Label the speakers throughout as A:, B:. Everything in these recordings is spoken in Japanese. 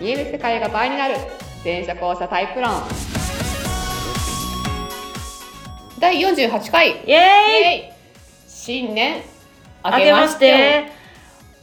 A: 見える世界が倍になる全社交差タイプ論第48回
B: イエーイ
A: イエイ新年
B: 明けまして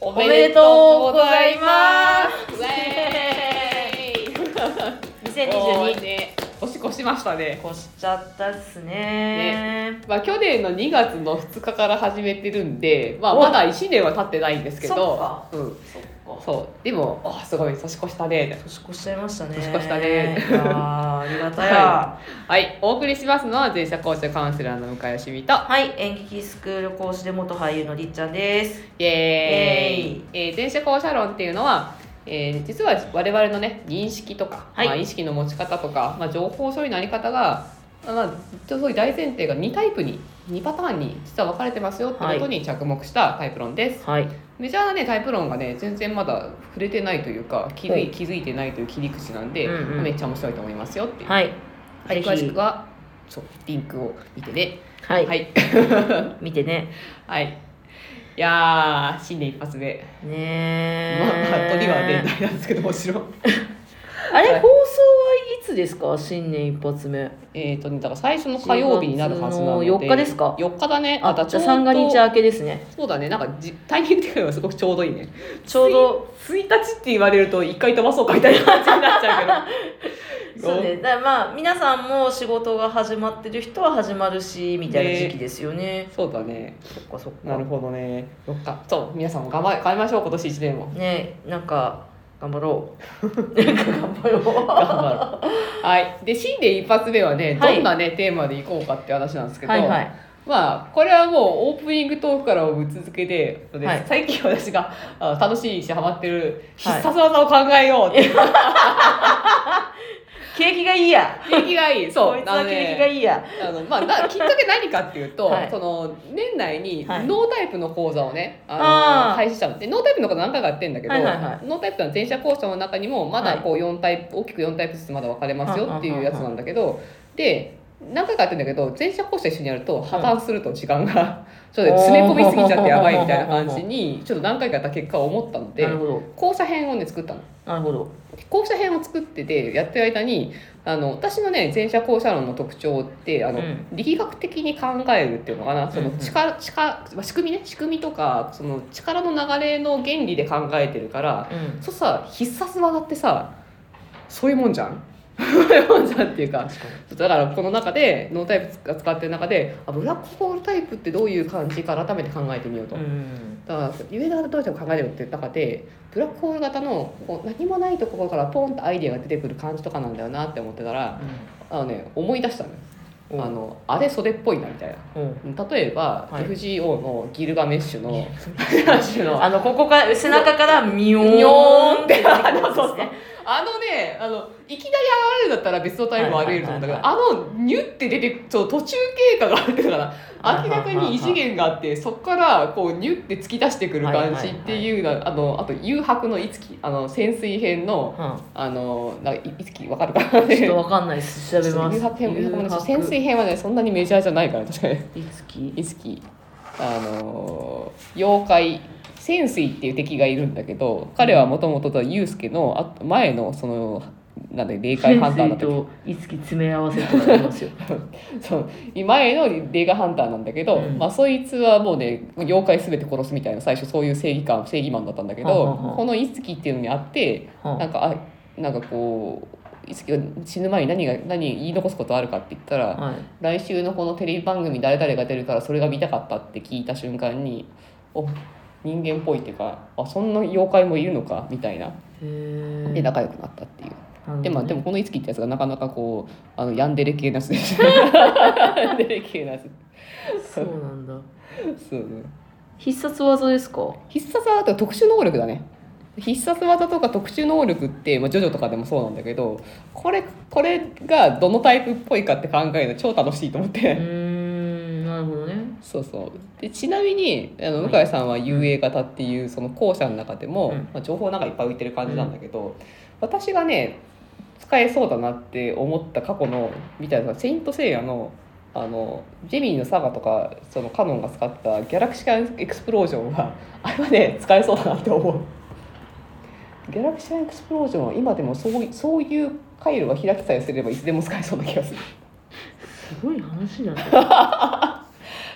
A: お
B: めでとうございます
A: ウェーイおー
B: 2022
A: ね年越しましたね、
B: 越しちゃったっすね
A: まあ、去年の2月の2日から始めてるんで、まあ、
B: お
A: まだ1年は経ってないんですけ
B: そ
A: ど
B: っか
A: うん、
B: そっか
A: そうでもあすごい年越したねって
B: 年越しちゃいましたね
A: 年越したね
B: いやーありがたや、
A: ははいお送りしますのは全社交渉カウンセラーの向井よしみと
B: はい、演劇スクール講師で元俳優のりっちゃんです。
A: イエーイ
B: イ
A: えー前者後者論っていうのは、えー実は我々のね認識とか、
B: はい
A: まあ、意識の持ち方とか、まあ、情報処理のあり方が、まあ、そういう大前提が2タイプに2パターンに実は分かれてますよってことに着目したタイプ論です、
B: はい。
A: メジャーなねタイプ論がね全然まだ触れてないというか気づ
B: はいい
A: 気づいてないという切り口なんで、
B: うんうん
A: めっちゃ面白いと思いますよっていう、
B: はい。
A: はい
B: ぜひ
A: 詳しくはそうリンクを見てね
B: は。
A: はいい
B: 見てね。
A: はいいやー新年一発目
B: ね
A: ま
B: ー。
A: あ、トリガー連帯なんですけどもちろん
B: あれ、
A: はい
B: 放送はいつですか新年一発目。
A: えっとねだから最初の火曜日になるはずなので
B: 4月の4日ですか
A: 4日だね
B: あ、
A: だ
B: じゃあ三が日明けですね。
A: そうだねなんかじタイミング的にはすごくちょうどいいね
B: ちょうど、
A: 1日って言われると1回飛ばそうかみたいな感じになっちゃうけど
B: そうね。だからまあ、皆さんも仕事が始まってる人は始まるし、みたいな時期ですよね。
A: そうだね
B: そっかそっ
A: なる
B: か。
A: ほどね4日そう皆さんも頑張頑張りましょう今年1年も
B: ねなんか、頑張ろ う。なんか頑張ろ
A: 頑張ろう はいで新年一発目はね
B: はい
A: どんなね、テーマでいこうかって話なんですけ
B: う。
A: ど、
B: はいはい。
A: まあこれはもうオープニングトークからぶっ続けで、
B: はい
A: 最近私があ楽しいしハマってる必
B: はい
A: 殺技を考えようっていう
B: 景気が いいや。
A: 景気がいい そ
B: こ
A: う
B: いつ
A: な
B: は
A: の
B: 景気が
A: で
B: いいや。
A: あの、まあ、なきっかけ何かっていうと、
B: はい
A: その年内にノ
B: はい
A: ータイプの講座をね、
B: あ
A: あの
B: ー
A: 開始したのでノータイプのこと何回かやってんだけど、
B: はいはいは
A: ノータイプとは前者講座の中にもまだこう4タイプ、大きく4タイプずつまだ分かれますよっていうやつなんだけどで何回かやってんだけど前者講座一緒にやると破綻すると時間がちょっと詰め込みすぎちゃってやばいみたいな感じにちょっと何回かやった結果を思ったので
B: なるほど。
A: 後者編をね作ったの。
B: なるほど。
A: 校舎編を作っててやってる間にあの私のね前者後者論の特徴ってあの、
B: うん
A: 力学的に考えるっていうのかなその
B: うんうん
A: 力、力まあ仕組みね仕組みとかその力の流れの原理で考えてるから
B: うん。
A: そうさ必殺技ってさそういうもんじゃんそういうもんじゃんっていうか
B: 確かに。
A: だからこの中でノータイプが使ってる中であブラックホールタイプってどういう感じか改めて考えてみようと。
B: うん。
A: だから上田がどうしても考えるっていう中でブラックホール型のこう何もないところからポンとアイデアが出てくる感じとかなんだよなって思ってたらあの、ね、思い出したのよ
B: うん
A: あのあれ袖っぽいなみたいな
B: うん。
A: 例えば、
B: はい
A: FGO のギルガメッシュのギルガメッシュの
B: あの、ここから、背中から、ミヨ
A: ニョ
B: ー
A: ーン
B: ン
A: っ
B: ってて出てく
A: あ
B: る
A: の
B: んで
A: そう
B: すね。
A: あのねあのいきなり現れるんだったら別のタイプはありえると思うんだけど、
B: は
A: あのニュって出てそう途中経過があるっていうのかな
B: は
A: 明
B: いはい
A: ら
B: はい
A: か
B: はい
A: に異次元があってそこからこうニュって突き出してくる感じっていうのは、あのあと誘白のいつきあの潜水編の
B: うん
A: あのなんかいいつきわかるかな
B: ちょっとわかんないです。調べ ます。
A: 誘白編誘白もね
B: 誘惑
A: 潜水編はねそんなにメジャーじゃないから確かに
B: いつき
A: いつきあの妖怪潜水っていう敵がいるんだけど彼はもともととユウスケのあと前のそのなんだよ霊界ハンターだ
B: 潜水
A: ったっけ
B: といつき詰め合わせとかなり ますよ。
A: そう前の霊界ハンターなんだけど、
B: うん
A: まあ、そいつはもうね妖怪全て殺すみたいな最初そういう正義感正義マンだったんだけど
B: はあはあはあ
A: このいつきっていうのにあって
B: は
A: なんかあなんかこういつきが死ぬ前に何が何言い残すことあるかって言ったら、
B: あはい。
A: 来週のこのテレビ番組誰々が出るからそれが見たかったって聞いた瞬間にお人間っぽいっていうかあそんな妖怪もいるのかみたいな
B: へー
A: で仲良くなったっていう、
B: なるほどね
A: で,、まあ、でもこのいつきってやつがなかなかこうあのヤンデレ系なやつ ですヤンデレ系なやつ
B: そうなんだ。
A: そうね
B: 必殺技ですか。
A: 必殺技とか特殊能力だね必殺技とか特殊能力って、まあ、ジョジョとかでもそうなんだけどこれこれがどのタイプっぽいかって考えるの超楽しいと思って
B: うーん、なるほどね。
A: そうそうでちなみにあの
B: はい
A: 向井さんは UA 型っていうその校舎の中でも、
B: うん
A: まあ、情報なんかいっぱい浮いてる感じなんだけど、私がね使えそうだなって思った過去のみたいな「セイント・セイヤの」あのジェミーのサガとかそのカノンが使った 「ギャラクシー・エクスプロージョンは」あれはね使えそうだなって思う。ギャラクシーエクスプロージョンは今でもそういそういう回路が開きさえすればいつでも使えそうな気がする
B: すごい話だね
A: だか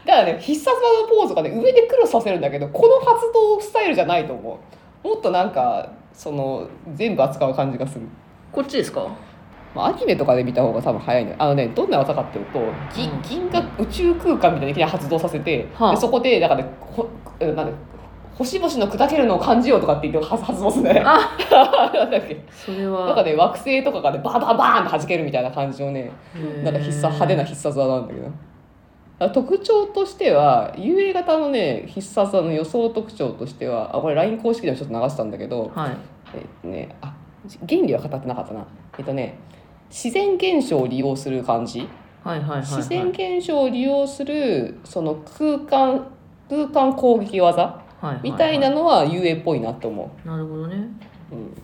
A: らね必殺技のポーズがね上でクロスさせるんだけどこの発動スタイルじゃないと思うもっとなんかその全部扱う感じがする、
B: こっちですか
A: まあ、アニメとかで見た方が多分早いのよあのねどんな技かっていうと銀
B: うん
A: 銀河宇宙空間みたいなのをいきなり発動させて、
B: はあ
A: でそこでだから、ね、ほえなんだ星々の砕けるのを感じようとかって言って発発動するんだよね
B: あ
A: なんだっけ
B: それ
A: なんか
B: は
A: ね惑星とかがねバーバーバーンって弾けるみたいな感じのねなんか必殺派手な
B: 人
A: 必殺技なんだけどだから特徴としては UA 型のね必殺技の予想特徴としてはあこれ LINE 公式でもちょっと流したんだけど
B: はい
A: えっとねあ原理は語ってなかったなえっとね自然現象を利用する感じ
B: はいはいはいはい
A: 自然現象を利用するその空間空間攻撃技
B: はいはいはい
A: みたいなのは UA っぽいなと思
B: なるほどね
A: う、うん、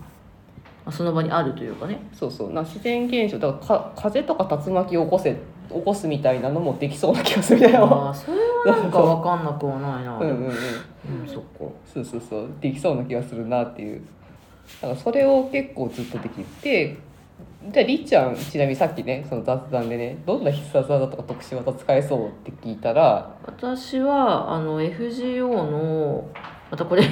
B: あその場にあるという かね
A: そうそうな自然現象だからか風とか竜巻を起こせ起こすみたいなのもできそうな気がするだよ
B: ああそれはなんかわかんなくはないな
A: うんうんうん、
B: うんそっか
A: そうそうそうできそうな気がするなっていうだからそれを結構ずっとできてじゃありっちゃんちなみにさっきねその雑談でねどんな必殺技とか特殊技使えそうって聞いたら
B: 私はあの FGO のまたこれ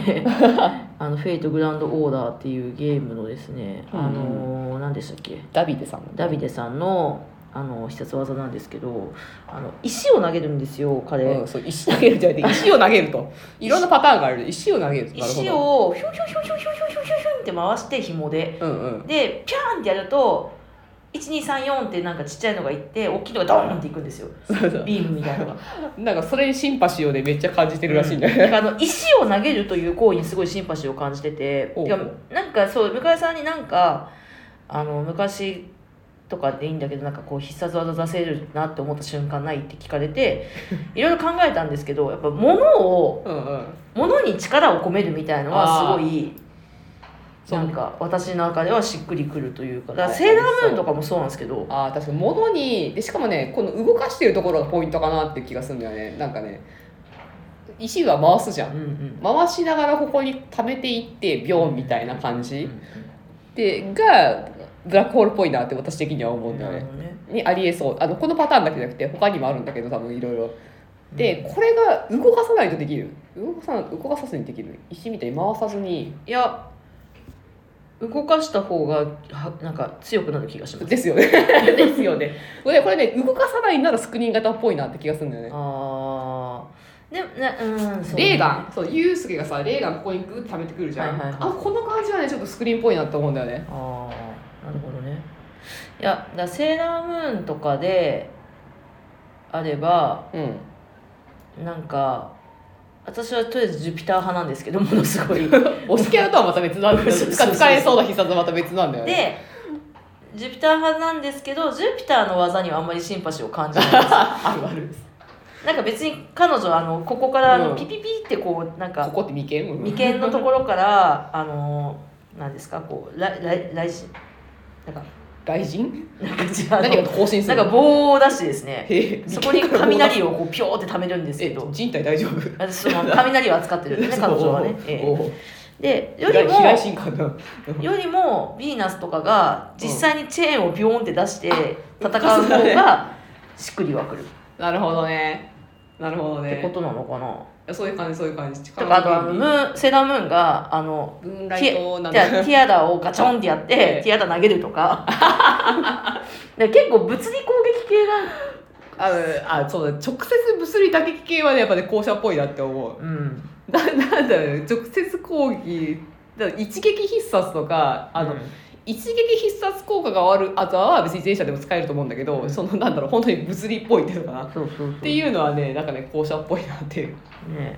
B: あの「フェイトグランドオーダー」っていうゲームのですね、
A: うん
B: あの何でしたっけ
A: ダビデさん
B: ダビデさんのあの必殺技なんですけどあの石を投げるんですよ彼、
A: うん、そう石投げるじゃなくて石を投げるといろんなパターンがある石を投げるなるほ
B: 石
A: ど
B: をヒュンヒュンヒュンヒュンヒュンヒュンヒュンヒュンヒュンって回して紐で
A: うんうん
B: でピャーンってやると1234ってなんかちっちゃいのがいって大きいのがドーンっていくんですよ
A: そうそう
B: ビームみたいなのが
A: なんかそれにシンパシーをねめっちゃ感じてるらしいんだよ
B: な
A: ね、
B: ん かあの石を投げるという行為にすごいシンパシーを感じてて
A: おう
B: てかなんかそう向井さんになんかあの昔とかでいいんだけどなんかこう必殺技出せるなって思った瞬間ないって聞か れていろいろ考えたんですけどやっぱ物を
A: うんうん
B: 物に力を込めるみたいのはすごい
A: そう
B: なんか私の中ではしっくりくるというかだから
A: はい
B: セーラームーンとかもそうなんですけど
A: あー確かに物にでしかもねこの動かしてるところがポイントかなって気がするんだよねなんかね石は回すじゃ
B: うんんうん
A: 回しながらここに溜めていってビョンみたいな感
B: うんう
A: じ
B: ん
A: でがブラックホールっぽいなって私的には思うんだ
B: な
A: よ
B: るほ
A: ね
B: どね
A: にありえそうあのこのパターンだけじゃなくて他にもあるんだけど多分いろいろ
B: うん
A: でこれが動かさないとできる動かさな動かさずにできる石みたいに回さずに
B: いや動かした方がはなんか強くなる気がします
A: ですよね ですよねこれこれね動かさないならスクリーン型っぽいなって気がするんだよね
B: ああでもねうんそう
A: レーガンそうユースケがさレーガンここにグッて溜めてくるじゃん、
B: はいはいはい
A: あこの感じはねちょっとスクリーンっぽいなと思うんだよね
B: ああなるほどねいやだからセーラームーンとかであれば
A: うん
B: なんか私はとりあえずジュピター派なんですけどものす ごい
A: お好きなとはまた別なんだよ
B: そうそうそう
A: 使えそうな必殺はまた別なんだよね
B: でジュピター派なんですけどジュピターの技にはあんまりシンパシーを感じな いです
A: あるある
B: なんか別に彼女あのここからあの
A: うん
B: ピピピってこうなんか
A: ここって眉間
B: 眉間のところからあのなんですかこう来来来しなんか
A: 外人
B: なんか違う
A: 何
B: あ
A: かと更新
B: の
A: す
B: な
A: る
B: んか棒を出してですね
A: へえ
B: そこに
A: 眉間から棒が
B: 雷をこうピョーって溜めるんですけ
A: え
B: ど
A: 人体大丈夫
B: 私その雷を扱ってる んですね彼女はね、え
A: おうおう
B: えでより
A: 飛来
B: も
A: 進化だ
B: よりもヴィーナスとかが実際にチェーンをビョーンって出して戦う方がしっくりはくるっ
A: なるほどねなるほど
B: てことなのかな、
A: そういう感じそういう感じ
B: とかあとあのムーンセーラームーンがあの
A: ムーン
B: テ
A: ライト
B: ィ
A: な
B: ア
A: ん
B: じゃあテ
A: だ
B: ィアラをガチョンってやって、
A: ええ
B: ティアラ投げると かで結構物理攻撃系が、
A: あのあそうだ直接物理打撃系はねやっぱね校舎っぽいなって思う
B: うん、
A: ななんだろうね直接攻撃だから一撃必殺とかあの、一撃必殺効果が終わるあとは別に前者でも使えると思うんだけど、
B: うん
A: そのなんだろう本当に物理っぽいっていうのかなっ
B: そうそうそうって
A: いうのはねなんかね校舎っぽいなっていう
B: ね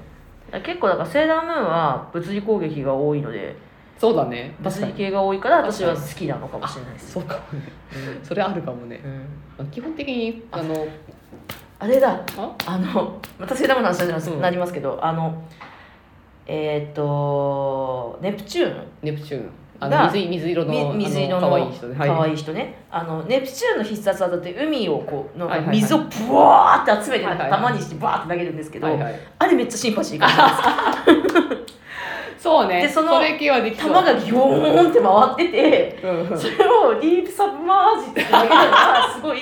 B: だから結構だからセーラームーンは物理攻撃が多いので
A: そうだね確
B: 物
A: か
B: 理
A: に
B: 系が多いから
A: 確
B: 私
A: かに
B: は好きなのかもしれないです
A: そうかもねそれあるかもね
B: うんうん
A: 基本的にあの
B: あれだ
A: あ
B: あのまたセーラームーンの話になります
A: うん
B: なりますけどあのえーっとネプチューン
A: ネプチューンあ
B: が
A: の水水色の
B: み水色
A: あ
B: の
A: 可愛い人ね、
B: 可
A: はい、
B: 愛い人ねあのネプチューンの必殺技って海をこうの
A: はいはいはい
B: 水をブワーって集めてなんか
A: はいはいはい
B: 玉にしてバーって投げるんですけど、
A: はいはい
B: あれめっちゃシンパシー感じます
A: そうね
B: でその
A: れ系はで きそ
B: 球
A: う
B: がギョーンって回ってて
A: うん
B: それをディープサブマージって投げるのがすごい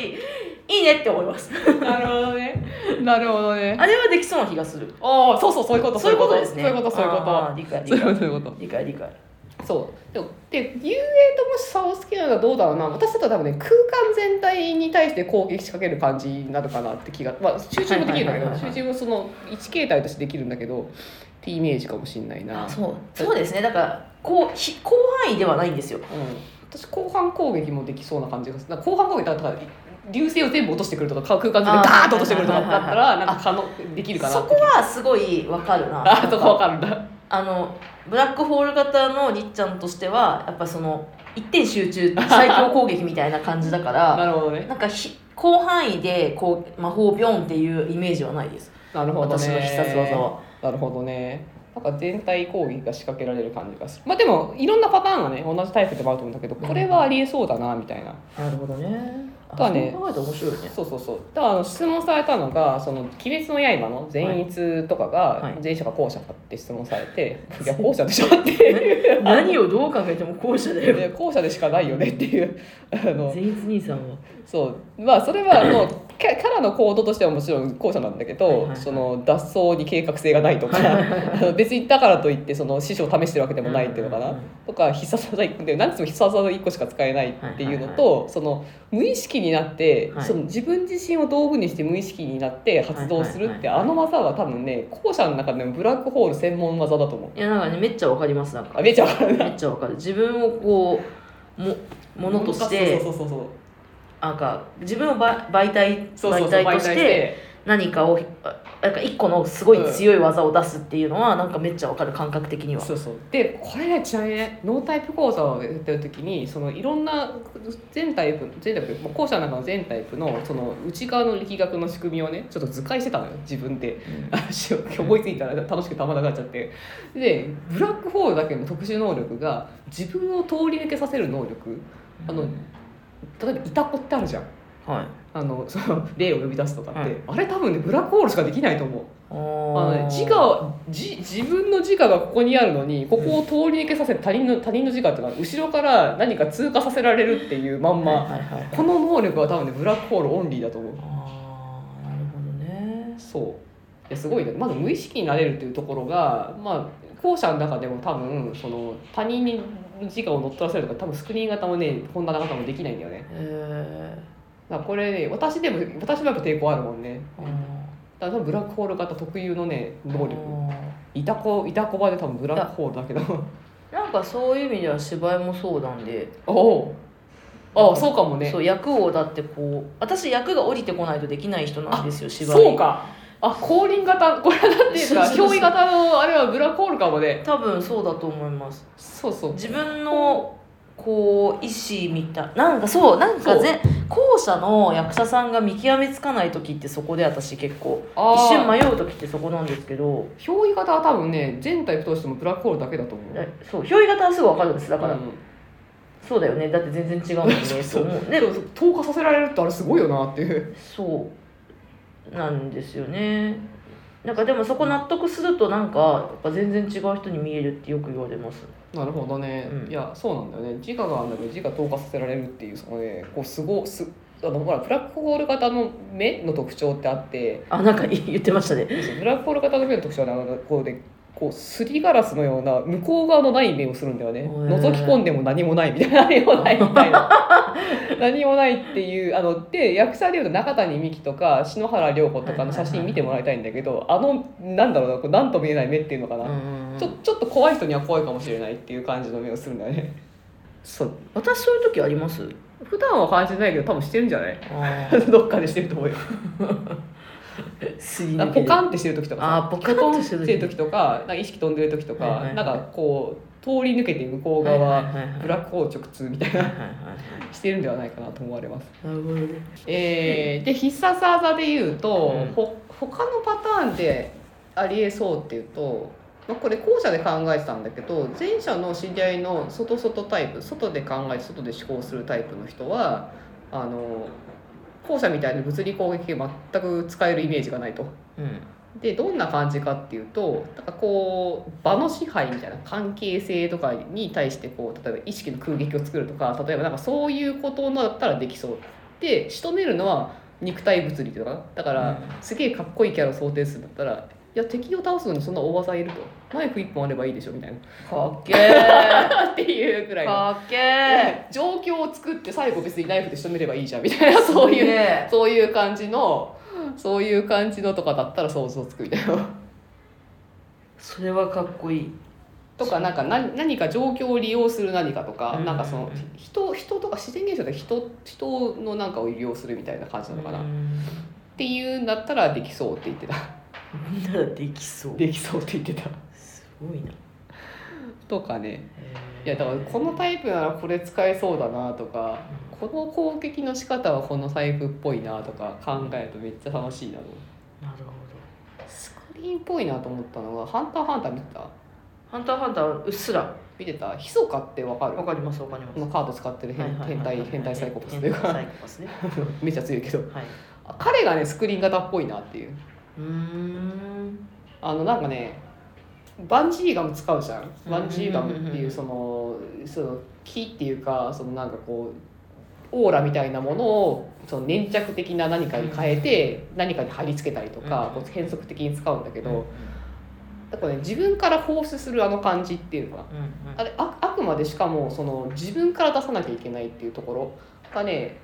B: いいねって思います
A: なるほどねなるほどね
B: あれはできそうな気がする
A: ああそうそうそういうこと
B: そういうことですね
A: そういうことそういうこと
B: あー理解
A: そう
B: 理
A: いうことそうい
B: 解
A: うこと
B: 理解理解
A: そうでもで遊泳ともし差をつけるのはどうだろうな私だと多分ね空間全体に対して攻撃仕掛ける感じになるかなって気が、まあ、集中もできるんだけ
B: はいはいはい
A: ど
B: はい
A: 集中もその一形態としてできるんだけどってイメージかもしんないな
B: あそうそうですねだからこうひ広範囲ではないんですよ
A: うん、私後半攻撃もできそうな感じがするなんか後半攻撃だったら流星を全部落としてくるとかか空間全
B: あ
A: 部
B: ー
A: ダーッと落としてくるとか
B: はいは
A: だ
B: いはい
A: ったらなんか可能できるかな
B: そこはすごいわかるな
A: あそこわかるんだ
B: あのブラックホール型のりっちゃんとしてはやっぱその一点集中最強攻撃みたいな感じだか ら
A: なるほどね
B: なんかひ広範囲でこう魔法ビョンっていうイメージはないです
A: なるほどね
B: 私の必殺技は
A: なるほどねなんか全体攻撃が仕掛けられる感じがするまあでもいろんなパターンがね同じタイプでもあると思うんだけどこれはありえそうだなみたいな
B: なるほどねあ
A: あとはね
B: そう考えたら面白 いね
A: そうそうそうだからあの質問されたのが「その鬼滅の刃」の善逸とか
B: いは
A: が
B: い
A: 前者か後者かって質問されて 「いや後者でしょ」って いう
B: 何をどう考えても後者だ
A: いや後者でしかないよねっていうあの
B: 善逸兄さんは
A: そうまあそれはもうキャキャラの行動としてはもちろん後者なんだけど、
B: はいはいはい
A: その脱走に計画性がないとかあの 別にだからといってその師匠を試してるわけでもないっていうのかな、
B: うんうんうん
A: とか必殺技1個で何つも必殺技1個しか使えないっていうのと、その無意識になって、
B: はい
A: その自分自身を道具にして無意識になって発動するって、
B: はいはいはい
A: あの技は多分ね後者の中でもブラックホール専門技だと思う。
B: いやなんかねめっちゃわかりますなんか
A: あめちゃわかる
B: めっちゃわかる自分をこうもものとして
A: そうそうそうそう
B: なんか自分をば媒体
A: そうそう
B: 媒
A: そう
B: 体として何かをあなんか一個のすごい強い技を出すっていうのはなんかめっちゃわかる感覚的には
A: そうそうでこれねちなみにねノータイプ講座をやってる時にそのいろんな全タイプ全タイプもう校舎の中の全タイプのその内側の力学の仕組みをねちょっと図解してたのよ自分で 思いついたら楽しくたまらなくなっちゃってでブラックホールだけの特殊能力が自分を通り抜けさせる能力あの例えばイタコってあるじゃん
B: はい
A: あのその例を呼び出すとかって、
B: はい
A: あれ多分ねブラックホールしかできないと思う
B: あ
A: あの
B: の
A: ね自我自自分の自我がここにあるのにここを通り抜けさせ他人の他人の自我っていうのは後ろから何か通過させられるっていうまんま
B: はいはいはい
A: この能力は多分ねブラックホールオンリーだと思う
B: あーなるほどね
A: そういやすごいねまず無意識になれるっていうところがまあ後者の中でも多分その他人に自我を乗っ取らせるとか多分スクリーン型もねこんな型もできないんだよね
B: え
A: だからこれね私でも私もやっぱ抵抗あるもんね
B: ー、
A: だから多分ブラックホール型特有のね能力
B: あ
A: いたこいたこ場で多分ブラックホールだけど
B: ーなんかそういう意味では芝居もそうなんで、
A: おおあそうかもね
B: そう役をだってこう私役が降りてこないとできない人なんですよ芝居
A: そうかあ降臨型これはなんていうか
B: そうそうそう
A: 憑依型のあれはブラックホールかもね
B: 多分そうだと思います
A: そうそう
B: 自分のこう意思みたいなんかそうなんかぜ後者の役者さんが見極めつかない時ってそこで私結構
A: あ
B: 一瞬
A: あ
B: 迷う時ってそこなんですけど
A: 憑依型は多分ね全タイプ通してもブラックホールだけだと思う
B: だそう憑依型はすぐ分かるんですだ
A: だ
B: から、そうだよねだって全然違う もんねそう思う
A: で
B: ね
A: も投下させられるってあれすごいよなって いう
B: そうなんですよねなんかでもそこ納得するとなんかやっぱ全然違う人に見えるってよく言われます
A: なるほどね、
B: うん
A: いやそうなんだよね自我があるんだけど自我投下させられるっていうそのねこうすごすあのほらブラックホール型の目の特徴ってあって
B: あなんか言ってましたね
A: ブラックホール型の目の特徴はねあのこうでこうすりガラスのような向こう側のない目をするんだよね
B: へー
A: 覗き込んでも何もないみたいな何もないみたい な何もないっていうあので役者でいうと中谷美紀とか篠原涼子とかの写真見てもらいたいんだけどあのなんだろうなこうなんとも言えない目っていうのかな、ちょちょっと怖い人には怖いかもしれないっていう感じの目をするんだよねそう
B: 私そういう時あります
A: 普段は感じてないけど多分してるんじゃない
B: あ
A: どっかでしてると思うよ
B: すり
A: なんかポカンってしてる時とかさ
B: あーポカンってしてる
A: し
B: 時
A: てる時とかなんか意識飛んでる時とか、
B: はいはいはい
A: なんかこう通り抜けて向こう側、ブラックホール直通みたい なしてるんではないかなと思われます。
B: なるほどね
A: えーで必殺技で言うと、
B: うん
A: ほ他のパターンでありえそうっていうと、まあ、これ後者で考えてたんだけど前者の知り合いの外外タイプ外で考えて外で思考するタイプの人はあの後者みたいな物理攻撃系全く使えるイメージがないと。
B: うん
A: でどんな感じかっていうとなんかこう場の支配みたいな関係性とかに対してこう例えば意識の空撃を作るとか例えばなんかそういうことだったらできそうで仕留めるのは肉体物理とかだから、すげえかっこいいキャラを想定するんだったらいや敵を倒すのにそんな大技いるとナイフ1本あればいいでしょみたい
B: かっけー
A: なっていうぐらいの
B: かっけー
A: 状況を作って最後別にナイフで仕留めればいいじゃんみたいなそういう
B: ね
A: そういう感じのそういう感じのとかだったら想像つくみたいな。
B: それはかっこいい
A: とかなんか何何か状況を利用する何かとか、
B: うん
A: なんかその人人とか自然現象で人人のなんかを利用するみたいな感じなのかな、
B: う
A: っ
B: ん
A: ていうんだったらできそうって言 ってた
B: みんならできそう
A: できそうって言ってた
B: すごいな
A: とかねいやだからこの
B: イ
A: タイプならこれ使えそうだなとかこの攻撃の仕方はこのタイプっぽいなとか考えるとめっちゃ楽しいなと思う
B: なるほど
A: スクリーンっぽいなと思ったのが「ハンターハンター」見てた
B: ハンターハンターうっすら
A: 見てた「ひそか」ってわかる
B: わかりますわかります
A: このカード使ってる変,、
B: はいはいはいはい
A: 変態変態サイコパスという
B: 変態
A: か
B: サイコパスね
A: めっちゃ強いけど
B: はい
A: 彼がねスクリーン型っぽいなっていう
B: うーん
A: あのなんかねバンジーガム使うじゃんバンジーガムって
B: うんうんうん
A: いううんそのその木っていうかそのなんかこうオーラみたいなものをその粘着的な何かに変えて何かに貼り付けたりとか
B: うん
A: こう変則的に使うんだけ
B: うんうん
A: どだからね自分から放出するあの感じっていうのかな
B: うん
A: あれああくまでしかもその自分から出さなきゃいけないっていうところがね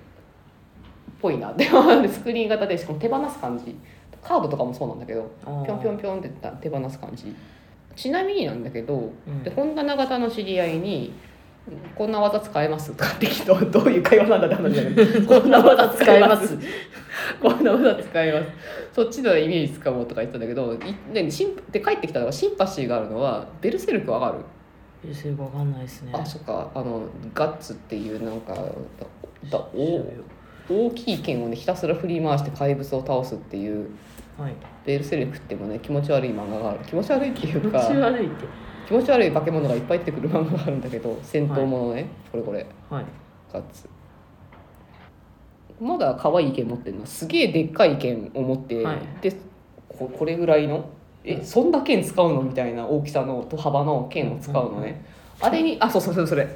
A: ぽいな でスクリーン型でしかも手放す感じカードとかもそうなんだけど
B: あー
A: ぴょんぴょんぴょんって手放す感じちなみになんだけど
B: うん
A: で本棚型の知り合いに「こんな技使えます?」とかって 聞くとどういう会話なんだって話だけ ど「こんな技使えます」こんな技使いますそっちのイメージ使おうとか言ってたんだけどいでシンで帰ってきたのがシンパシーがあるのはベルセルクわかる
B: えそれわかんないですね
A: あそっかあのガッツっていうなんかだだ
B: 調
A: お
B: べよ
A: 大きい剣をねひたすら振り回して怪物を倒すっていう
B: うはい
A: ベルセルクってもね気持ち悪い漫画がある気持ち悪いってい
B: 気
A: う
B: 持
A: か
B: ち悪いって
A: 気持ち悪い化け物がいっぱい出てくる漫画があるんだけど戦闘ものね、これこれ
B: はい
A: ガッツまだ可愛い剣持ってるなすげえでっかい剣を持って、
B: はい
A: でここれぐらいのえ、
B: うん
A: そんな剣使うのみたいな大きさのと幅の剣を使うのね、あれにあそうそうそうそれ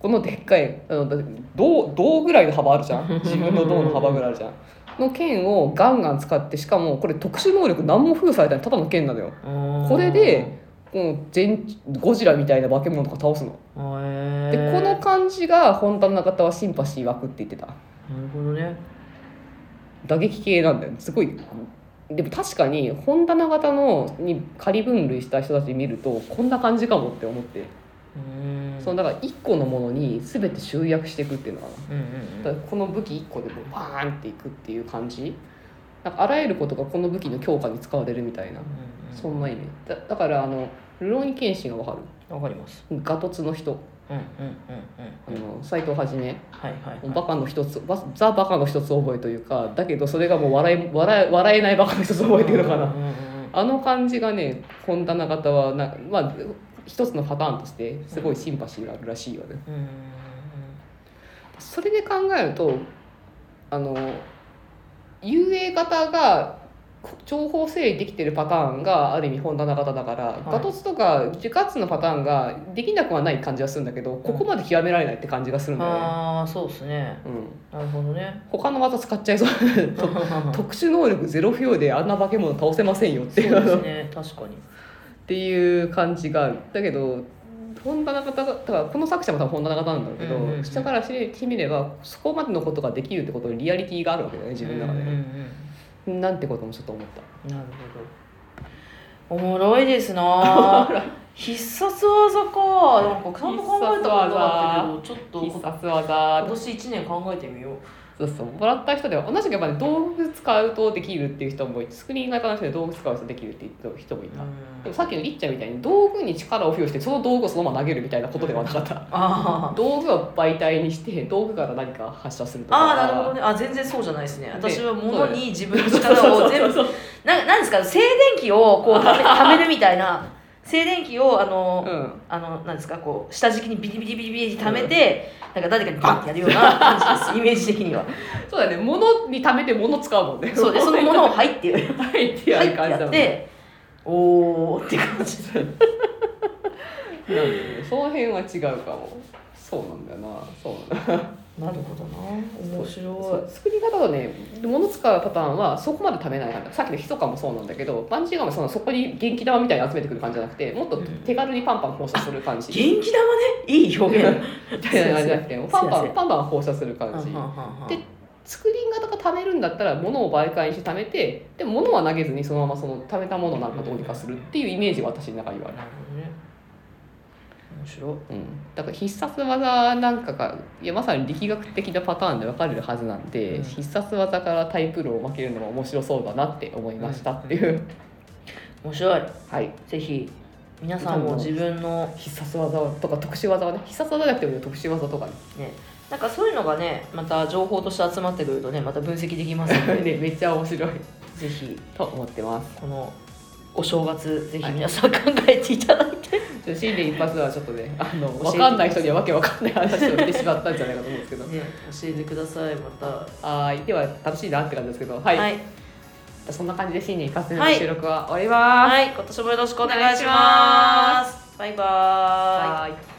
A: このでっかいあのだ銅銅ぐらいの幅あるじゃ ん自分の銅の幅ぐらいあるじゃんの剣をガンガン使ってしかもこれ特殊能力何も付与されてないただの剣なのよこ
B: こ
A: れでもう全ゴジラみたいな化け物とか倒すの
B: へ
A: で
B: ー
A: この感じが本棚方はシンパシー湧くって言ってた
B: なるほどね
A: 打撃系なんだよねすごいでも確かに本棚型のに仮分類した人たち見るとこんな感じかもって思って、
B: うーん
A: そのだから1個のものに全て集約していくっていうのかな
B: うんうんう
A: だ
B: ん
A: からこの武器1個でもうバーンっていくっていう感じなんかあらゆることがこの武器の強化に使われるみたいなそんな意味だだからあのルローニケンシンがわかる
B: わかります
A: ガトツの人
B: うんうん
A: あ
B: うんうん
A: の斎藤はじめ
B: はいはいはい
A: バカの一つバザ・バカの一つ覚えというかだけどそれがもう笑い笑え笑えないバカの一つ覚えてるのか
B: うん
A: な
B: うんうん
A: あの感じがね本棚型はなまあ一つのパターンとしてすごいシンパシーがあるらしいよね
B: うんうんうん
A: それで考えるとあの UA 型が情報整理できてるパターンがある意味本棚型だから、
B: い
A: ガトツとかジュカツのパターンができなくはない感じはするんだけどここまで極められないって感じがするんだよね。
B: ああそうですね
A: うん
B: なるほどね
A: 他の技使っちゃいそう と特殊能力ゼロ不要であんな化け物倒せませんよってい
B: そう
A: う
B: ですね確かに
A: っていう感じがあるだけど本棚方がだからこの作者も多分本棚方なんだろうけど、
B: うんうんうん
A: 下からしてみればそこまでのことができるってことにリアリティがあるわけだよね自分の中で、
B: うんうん
A: なんてこともちょっと思った
B: うんなるほどおもろいですなー必殺技かなんかちゃんと考えたことなかったけどちょっ
A: 必
B: と
A: 殺技
B: 今年1年考えてみよう
A: そうそうもらった人では同じくやっぱね道具使うとできるっていう人もいてスクリーン型の人で道具使う人できるっていう人もいた、でもさっきのりっちゃんみたいに道具に力を付与してその道具をそのまま投げるみたいなことではなかっ た
B: あー
A: 道具を媒体にして道具から何か発射するとか
B: あーなるほどねあ全然そうじゃないですね私は物に自分の
A: そうそう
B: 力を
A: そう
B: 全
A: そう
B: 部なんかなんですか静電気をこうためためるみたいな静電気をあの、
A: うん
B: あのなんですかこう下敷きにビリビリビリビリ溜めて、なんか誰かにバンってやるような感じですイメージ的には
A: そうだね物に貯めて物使うもんね
B: そうでそのものを「はい」っていう「
A: 入ってや
B: はい」っ
A: る
B: て
A: 感じだ
B: や
A: も
B: っ
A: んね
B: て「おお」って感じ
A: なんだよねその辺は違うかもそうなんだよなそうなんだ
B: なるほどな面
A: そ
B: 白
A: う作り方はね物使うパターンはそこまで貯めないからさっきのひそかもそうなんだけどバンジーガムはそのそこに元気玉みたいに集めてくる感じじゃなくてもっと手軽にパンパン放射する感じ
B: い 元気玉ねいい表現
A: みたいな感じじゃなくてパンパ
B: すいませ
A: ン
B: ん
A: パンパン放射する感じ
B: で
A: で作り方が貯めるんだったら物を媒介にして貯めてでも物は投げずにそのままその貯めたものなんかどうにかするっていうイメージが私の中にはある、
B: なるほどね面白
A: う
B: い
A: ん、だから必殺技なんかがいやまさに力学的なパターンで分かれるはずなんで、
B: うん
A: 必殺技からタイプルを負けるのも面白そうだなって思いましたっていう、
B: 面白い
A: はい
B: ぜひ皆さんも自分の
A: 必殺技とか特殊技はね必殺技じゃなくてもいいよ特殊技とかね
B: ねなんかそういうのがねまた情報として集まってくるとねまた分析できますの で
A: ねめっちゃ面白い
B: ぜひ
A: と思ってます
B: このお正月ぜひ皆さん考えていただいて、
A: ちょっと新年一発はちょっとねあの
B: えて
A: 分かんない人にはわけわかんない話をしてしまったんじゃないかと思うんですけど
B: ね、教えてくださいまた
A: はーいでは楽しいなって感じですけどはい、
B: はい、
A: そんな感じで新年一発目の
B: はい
A: 収録は終わります、
B: はい、今年もよろしくお願いしますバイバーイ
A: い